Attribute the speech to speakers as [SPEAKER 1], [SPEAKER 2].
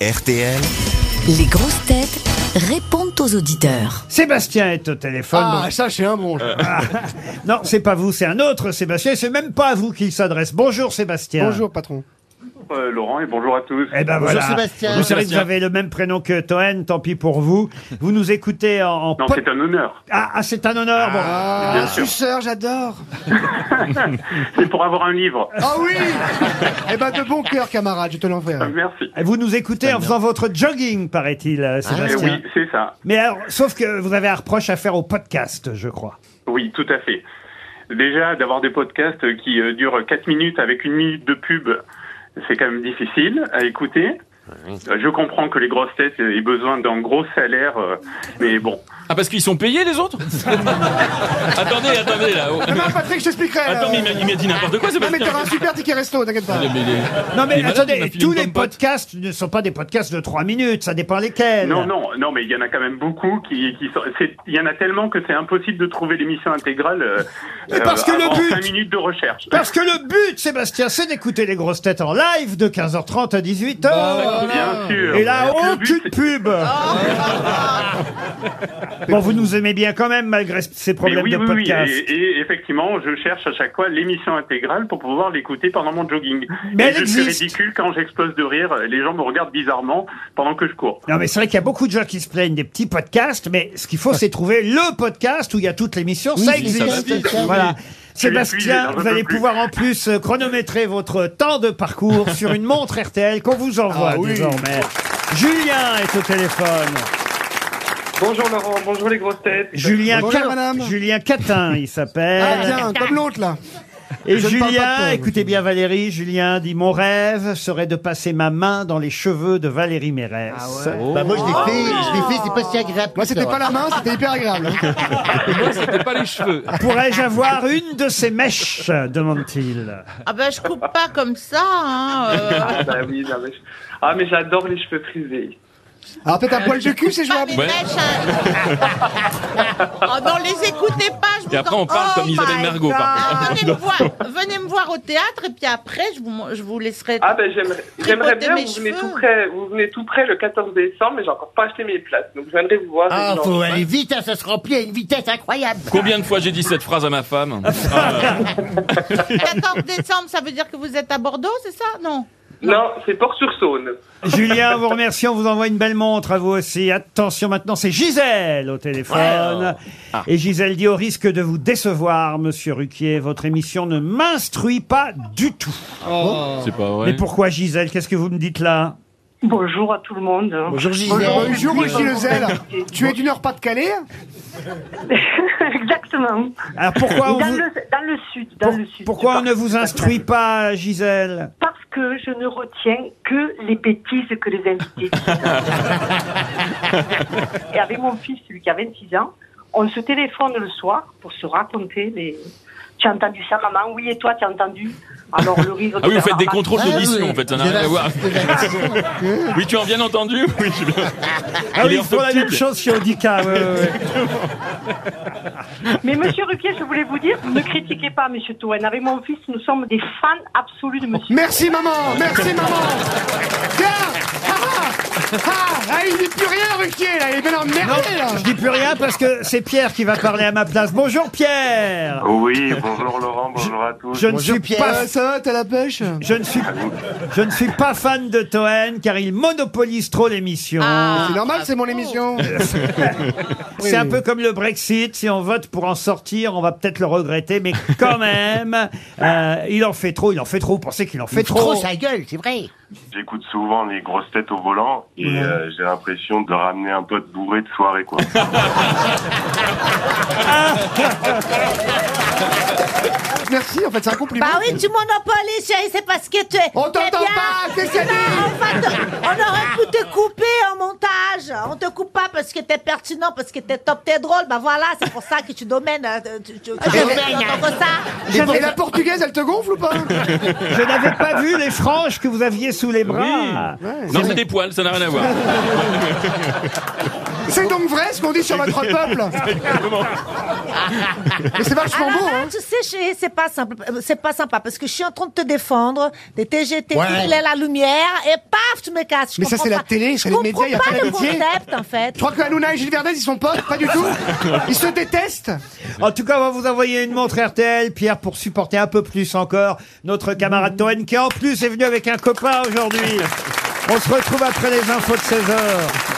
[SPEAKER 1] RTL.
[SPEAKER 2] Les grosses têtes répondent aux auditeurs.
[SPEAKER 3] Sébastien est au téléphone.
[SPEAKER 4] Ah,
[SPEAKER 3] Donc-
[SPEAKER 4] ça, c'est un bon. jeu.
[SPEAKER 3] non, c'est pas vous, c'est un autre Sébastien. C'est même pas à vous qu'il s'adresse. Bonjour Sébastien.
[SPEAKER 4] Bonjour, patron.
[SPEAKER 5] Euh, Laurent et bonjour à tous.
[SPEAKER 3] Eh ben voilà.
[SPEAKER 4] Sébastien.
[SPEAKER 3] Vous savez que vous
[SPEAKER 6] Sébastien.
[SPEAKER 3] avez le même prénom que Toen, tant pis pour vous. Vous nous écoutez en, en
[SPEAKER 5] Non,
[SPEAKER 3] pod-
[SPEAKER 5] c'est un honneur.
[SPEAKER 3] Ah, ah, c'est un honneur. bon.
[SPEAKER 4] Ah,
[SPEAKER 5] Bien sûr.
[SPEAKER 4] suceur, j'adore.
[SPEAKER 5] C'est pour avoir un livre.
[SPEAKER 4] Ah oui Eh ben, de bon cœur, camarade, je te l'enverrai.
[SPEAKER 5] Euh, Merci.
[SPEAKER 3] Vous nous écoutez en faisant votre jogging, paraît-il,
[SPEAKER 4] Ah,
[SPEAKER 3] euh,
[SPEAKER 5] Eh
[SPEAKER 3] Sébastien.
[SPEAKER 5] oui, c'est ça.
[SPEAKER 3] Mais alors, sauf que vous avez un reproche à faire au podcast, je crois.
[SPEAKER 5] Oui, tout à fait. Déjà, d'avoir des podcasts qui euh, durent 4 minutes avec une minute de pub, c'est quand même difficile à écouter. Euh, Je comprends que les grosses têtes euh, aient besoin d'un gros salaire, euh, mais bon.
[SPEAKER 6] Ah, parce qu'ils sont payés, les autres Attendez, attendez, là. oh.
[SPEAKER 4] Demain, Eh ben, Patrick, je t'expliquerai.
[SPEAKER 6] Attends,
[SPEAKER 4] euh,
[SPEAKER 6] mais il m'a- il m'a dit n'importe quoi,
[SPEAKER 4] Non, mais
[SPEAKER 6] Sébastien.
[SPEAKER 4] t'auras un super ticket resto, t'inquiète pas.
[SPEAKER 6] Mais il est-
[SPEAKER 3] Non, mais
[SPEAKER 6] Il est malade, il m'a
[SPEAKER 3] attendez,
[SPEAKER 6] filé
[SPEAKER 3] tous
[SPEAKER 6] une
[SPEAKER 3] les
[SPEAKER 6] pomme pote.
[SPEAKER 3] podcasts ne sont pas des podcasts de 3 minutes, ça dépend lesquels.
[SPEAKER 5] Non, non, non, mais il y en a quand même beaucoup qui, qui sont. c'est- Il y en a tellement que c'est impossible de trouver l'émission intégrale. euh,
[SPEAKER 3] Mais parce que le
[SPEAKER 5] avant
[SPEAKER 3] but-
[SPEAKER 5] 5 minutes de recherche.
[SPEAKER 3] Parce que le but, Sébastien, c'est d'écouter les grosses têtes en live de 15h30 à 18h.
[SPEAKER 5] Bah, Bien sûr.
[SPEAKER 3] Et là,
[SPEAKER 5] Le but,
[SPEAKER 3] aucune
[SPEAKER 5] c'est-
[SPEAKER 3] pub Bon, vous nous aimez bien quand même, malgré ces
[SPEAKER 5] Mais
[SPEAKER 3] problèmes
[SPEAKER 5] oui,
[SPEAKER 3] de
[SPEAKER 5] oui, oui,
[SPEAKER 3] podcast.
[SPEAKER 5] et, et effectivement, je cherche à chaque fois l'émission intégrale pour pouvoir l'écouter pendant mon jogging.
[SPEAKER 3] Mais
[SPEAKER 5] Et
[SPEAKER 3] elle
[SPEAKER 5] je suis
[SPEAKER 3] existe.
[SPEAKER 5] ridicule quand j'explose de rire. Les gens me regardent bizarrement pendant que je cours.
[SPEAKER 3] Non, mais c'est vrai qu'il y a beaucoup de gens qui se plaignent des petits podcasts, mais ce qu'il faut, c'est trouver le podcast où il y a toute l'émission. ça existe. voilà.
[SPEAKER 5] épuisé,
[SPEAKER 3] Sébastien,
[SPEAKER 5] j'en
[SPEAKER 3] vous
[SPEAKER 5] peux
[SPEAKER 3] allez
[SPEAKER 5] plus.
[SPEAKER 3] pouvoir en plus euh, chronométrer votre temps de parcours sur une montre RTL qu'on vous envoie
[SPEAKER 4] Ah oui.
[SPEAKER 3] désormais. Julien est au téléphone.
[SPEAKER 5] Bonjour Laurent, bonjour les grosses têtes.
[SPEAKER 3] Julien,
[SPEAKER 4] Bonjour,
[SPEAKER 3] Ca-
[SPEAKER 4] madame.
[SPEAKER 3] Julien Catin, il
[SPEAKER 4] Ah,
[SPEAKER 3] s'appelle.
[SPEAKER 4] tiens, comme l'autre, là.
[SPEAKER 3] Et
[SPEAKER 4] Je ne parle pas de
[SPEAKER 3] Julien,
[SPEAKER 4] toi,
[SPEAKER 3] écoutez bien Valérie, Julien dit Mon rêve serait de passer ma main dans les cheveux de Valérie Mérès.
[SPEAKER 4] Ah Oh.
[SPEAKER 7] Bah moi je l'ai fait, je l'ai fait, c'est pas si agréable.
[SPEAKER 4] Moi, c'était pas la main, c'était hyper agréable. hein.
[SPEAKER 6] Moi, c'était pas les cheveux.
[SPEAKER 3] Pourrais-je avoir une de ces mèches demande-t-il.
[SPEAKER 8] Ah ben je coupe pas comme ça. Hein, euh.
[SPEAKER 5] Ah, bah oui, non, mais je- ah, mais j'adore les cheveux frisés.
[SPEAKER 4] Alors, peut-être un poil de cul, c'est
[SPEAKER 8] Ah,
[SPEAKER 4] jouable.
[SPEAKER 8] mais
[SPEAKER 6] ben-
[SPEAKER 8] lâche un- hein. Ah, non, les écoutez pas. Je vous
[SPEAKER 6] Et après, on
[SPEAKER 8] en-
[SPEAKER 6] parle
[SPEAKER 8] Oh
[SPEAKER 6] comme Isabelle
[SPEAKER 8] my
[SPEAKER 6] Mergot, par
[SPEAKER 8] God.
[SPEAKER 6] contre.
[SPEAKER 8] venez, me voir, venez me voir au théâtre et puis après, je vous, je vous laisserai.
[SPEAKER 9] Ah ben j'aimerais, j'aimerais bien,
[SPEAKER 8] mes
[SPEAKER 9] vous venez,
[SPEAKER 8] cheveux.
[SPEAKER 9] tout près, vous venez tout près le 14 décembre, mais j'ai encore pas acheté mes places, donc je viendrai vous voir.
[SPEAKER 7] Ah,
[SPEAKER 9] Non.
[SPEAKER 7] faut aller vite, hein, ça se remplit à une vitesse incroyable.
[SPEAKER 6] Combien de fois j'ai dit cette phrase à ma femme
[SPEAKER 3] Ah,
[SPEAKER 8] 14 décembre, ça veut dire que vous êtes à Bordeaux, c'est ça Non.
[SPEAKER 9] Non, c'est Port-sur-Saône.
[SPEAKER 3] Julien, on vous remercie, on vous envoie une belle montre à vous aussi. Attention maintenant, c'est Gisèle au téléphone. Et Gisèle dit au risque de vous décevoir, monsieur Ruquier, votre émission ne m'instruit pas du tout.
[SPEAKER 6] C'est pas vrai.
[SPEAKER 3] Mais pourquoi Gisèle Qu'est-ce que vous me dites là
[SPEAKER 10] Bonjour à tout le monde.
[SPEAKER 7] Bonjour
[SPEAKER 4] Bonjour,
[SPEAKER 7] Gisèle.
[SPEAKER 4] Bonjour, Lucie Lezel. Tu es d'une heure pas de Calais
[SPEAKER 6] Ah,
[SPEAKER 10] Exactement.
[SPEAKER 3] Alors Ah, pourquoi on
[SPEAKER 10] Dans,
[SPEAKER 3] vous-
[SPEAKER 10] le, dans le sud. Dans
[SPEAKER 3] pour-
[SPEAKER 10] le sud
[SPEAKER 3] pourquoi on ne vous instruit pas, Gisèle
[SPEAKER 10] Parce que je ne retiens que les bêtises que les invités disent. Et avec mon fils, celui qui a 26 ans, on se téléphone le soir pour se raconter les. Tu as entendu ça, maman Oui, et toi, tu as entendu Alors, le rire. de
[SPEAKER 6] Ah oui, vous faites
[SPEAKER 10] Bernard
[SPEAKER 6] des
[SPEAKER 10] Mac-
[SPEAKER 6] contrôles
[SPEAKER 7] Ah,
[SPEAKER 6] d'audition,
[SPEAKER 7] oui.
[SPEAKER 6] en fait, ça n'a rien à voir. Oui, tu as bien entendu Oui, j'ai bien...
[SPEAKER 3] Ah
[SPEAKER 6] Il
[SPEAKER 3] oui,
[SPEAKER 6] est
[SPEAKER 3] ils font la
[SPEAKER 6] orthoptique.
[SPEAKER 3] même chose chez Audica. ouais, ouais, ouais.
[SPEAKER 10] Mais monsieur Ruquier, je voulais vous dire, ne critiquez pas monsieur Toen. Avec mon fils, nous sommes des fans absolus de monsieur.
[SPEAKER 4] Merci, maman. Merci, maman. Tiens. Ah, ah, ah, ah, il dit plus rien, Ruquier, là. Il est bien emmerdé, là.
[SPEAKER 3] Je dis plus rien parce que c'est Pierre qui va parler à ma place. Bonjour Pierre
[SPEAKER 5] Oui, bonjour Laurent, bonjour à tous.
[SPEAKER 3] Je ne
[SPEAKER 7] Bonjour,
[SPEAKER 3] suis
[SPEAKER 7] Pierre.
[SPEAKER 3] pas...
[SPEAKER 4] Euh, ça va, t'as la pêche
[SPEAKER 3] Je ne, suis, je ne suis pas fan de Toen car il monopolise trop l'émission.
[SPEAKER 8] Ah,
[SPEAKER 4] C'est normal,
[SPEAKER 8] ah,
[SPEAKER 4] c'est mon
[SPEAKER 8] bon.
[SPEAKER 4] émission.
[SPEAKER 3] C'est un peu comme le Brexit. Si on vote pour en sortir, on va peut-être le regretter, mais quand même, euh, il en fait trop. Il en fait trop. Vous pensez qu'il en fait trop,
[SPEAKER 7] Trop sa gueule, c'est vrai.
[SPEAKER 5] J'écoute souvent les grosses têtes au volant et euh, j'ai l'impression de ramener un pote bourré de soirée, quoi.
[SPEAKER 4] Merci, en fait, c'est un compliment.
[SPEAKER 11] Bah oui, tu monopolises, chérie, c'est parce que tu es.
[SPEAKER 4] On t'entend
[SPEAKER 11] t'es bien.
[SPEAKER 4] pas, qu'est-ce qu'elle dit
[SPEAKER 11] Non, on, va te- on aurait pu te couper en montage. On te coupe pas parce que t'es pertinent, parce que t'es top, t'es drôle. Bah voilà, c'est pour ça que tu domènes. euh, Tu, tu- tu-
[SPEAKER 4] Ah,
[SPEAKER 11] tu- tu- comme ça.
[SPEAKER 4] Et la portugaise, elle te gonfle ou pas
[SPEAKER 3] Je n'avais pas vu les franges que vous aviez sous les bras.
[SPEAKER 6] Non, c'est des poils, ça n'a rien à voir.
[SPEAKER 4] C'est donc vrai ce qu'on dit sur votre peuple Mais c'est vachement
[SPEAKER 11] Alors
[SPEAKER 4] beau,
[SPEAKER 11] là,
[SPEAKER 4] hein.
[SPEAKER 11] Tu sais, chérie, c'est pas simple, euh, c'est pas sympa parce que je suis en train de te défendre, de TGT,
[SPEAKER 4] Ouais.
[SPEAKER 11] il est la lumière et paf, tu me casses. Je
[SPEAKER 4] Mais ça,
[SPEAKER 11] comprends
[SPEAKER 4] c'est la
[SPEAKER 11] pas.
[SPEAKER 4] télé, c'est
[SPEAKER 11] je
[SPEAKER 4] les médias,
[SPEAKER 11] comprends
[SPEAKER 4] y a
[SPEAKER 11] pas
[SPEAKER 4] pas
[SPEAKER 11] le
[SPEAKER 4] d'amitié.
[SPEAKER 11] concept en fait.
[SPEAKER 4] Je crois que Hanouna et Gilles Verdez, ils sont potes Pas du tout Ils se détestent
[SPEAKER 3] En tout cas, on va vous envoyer une montre RTL, Pierre, pour supporter un peu plus encore notre camarade Toen, qui en plus est venu avec un copain aujourd'hui. On se retrouve après les infos de 16h.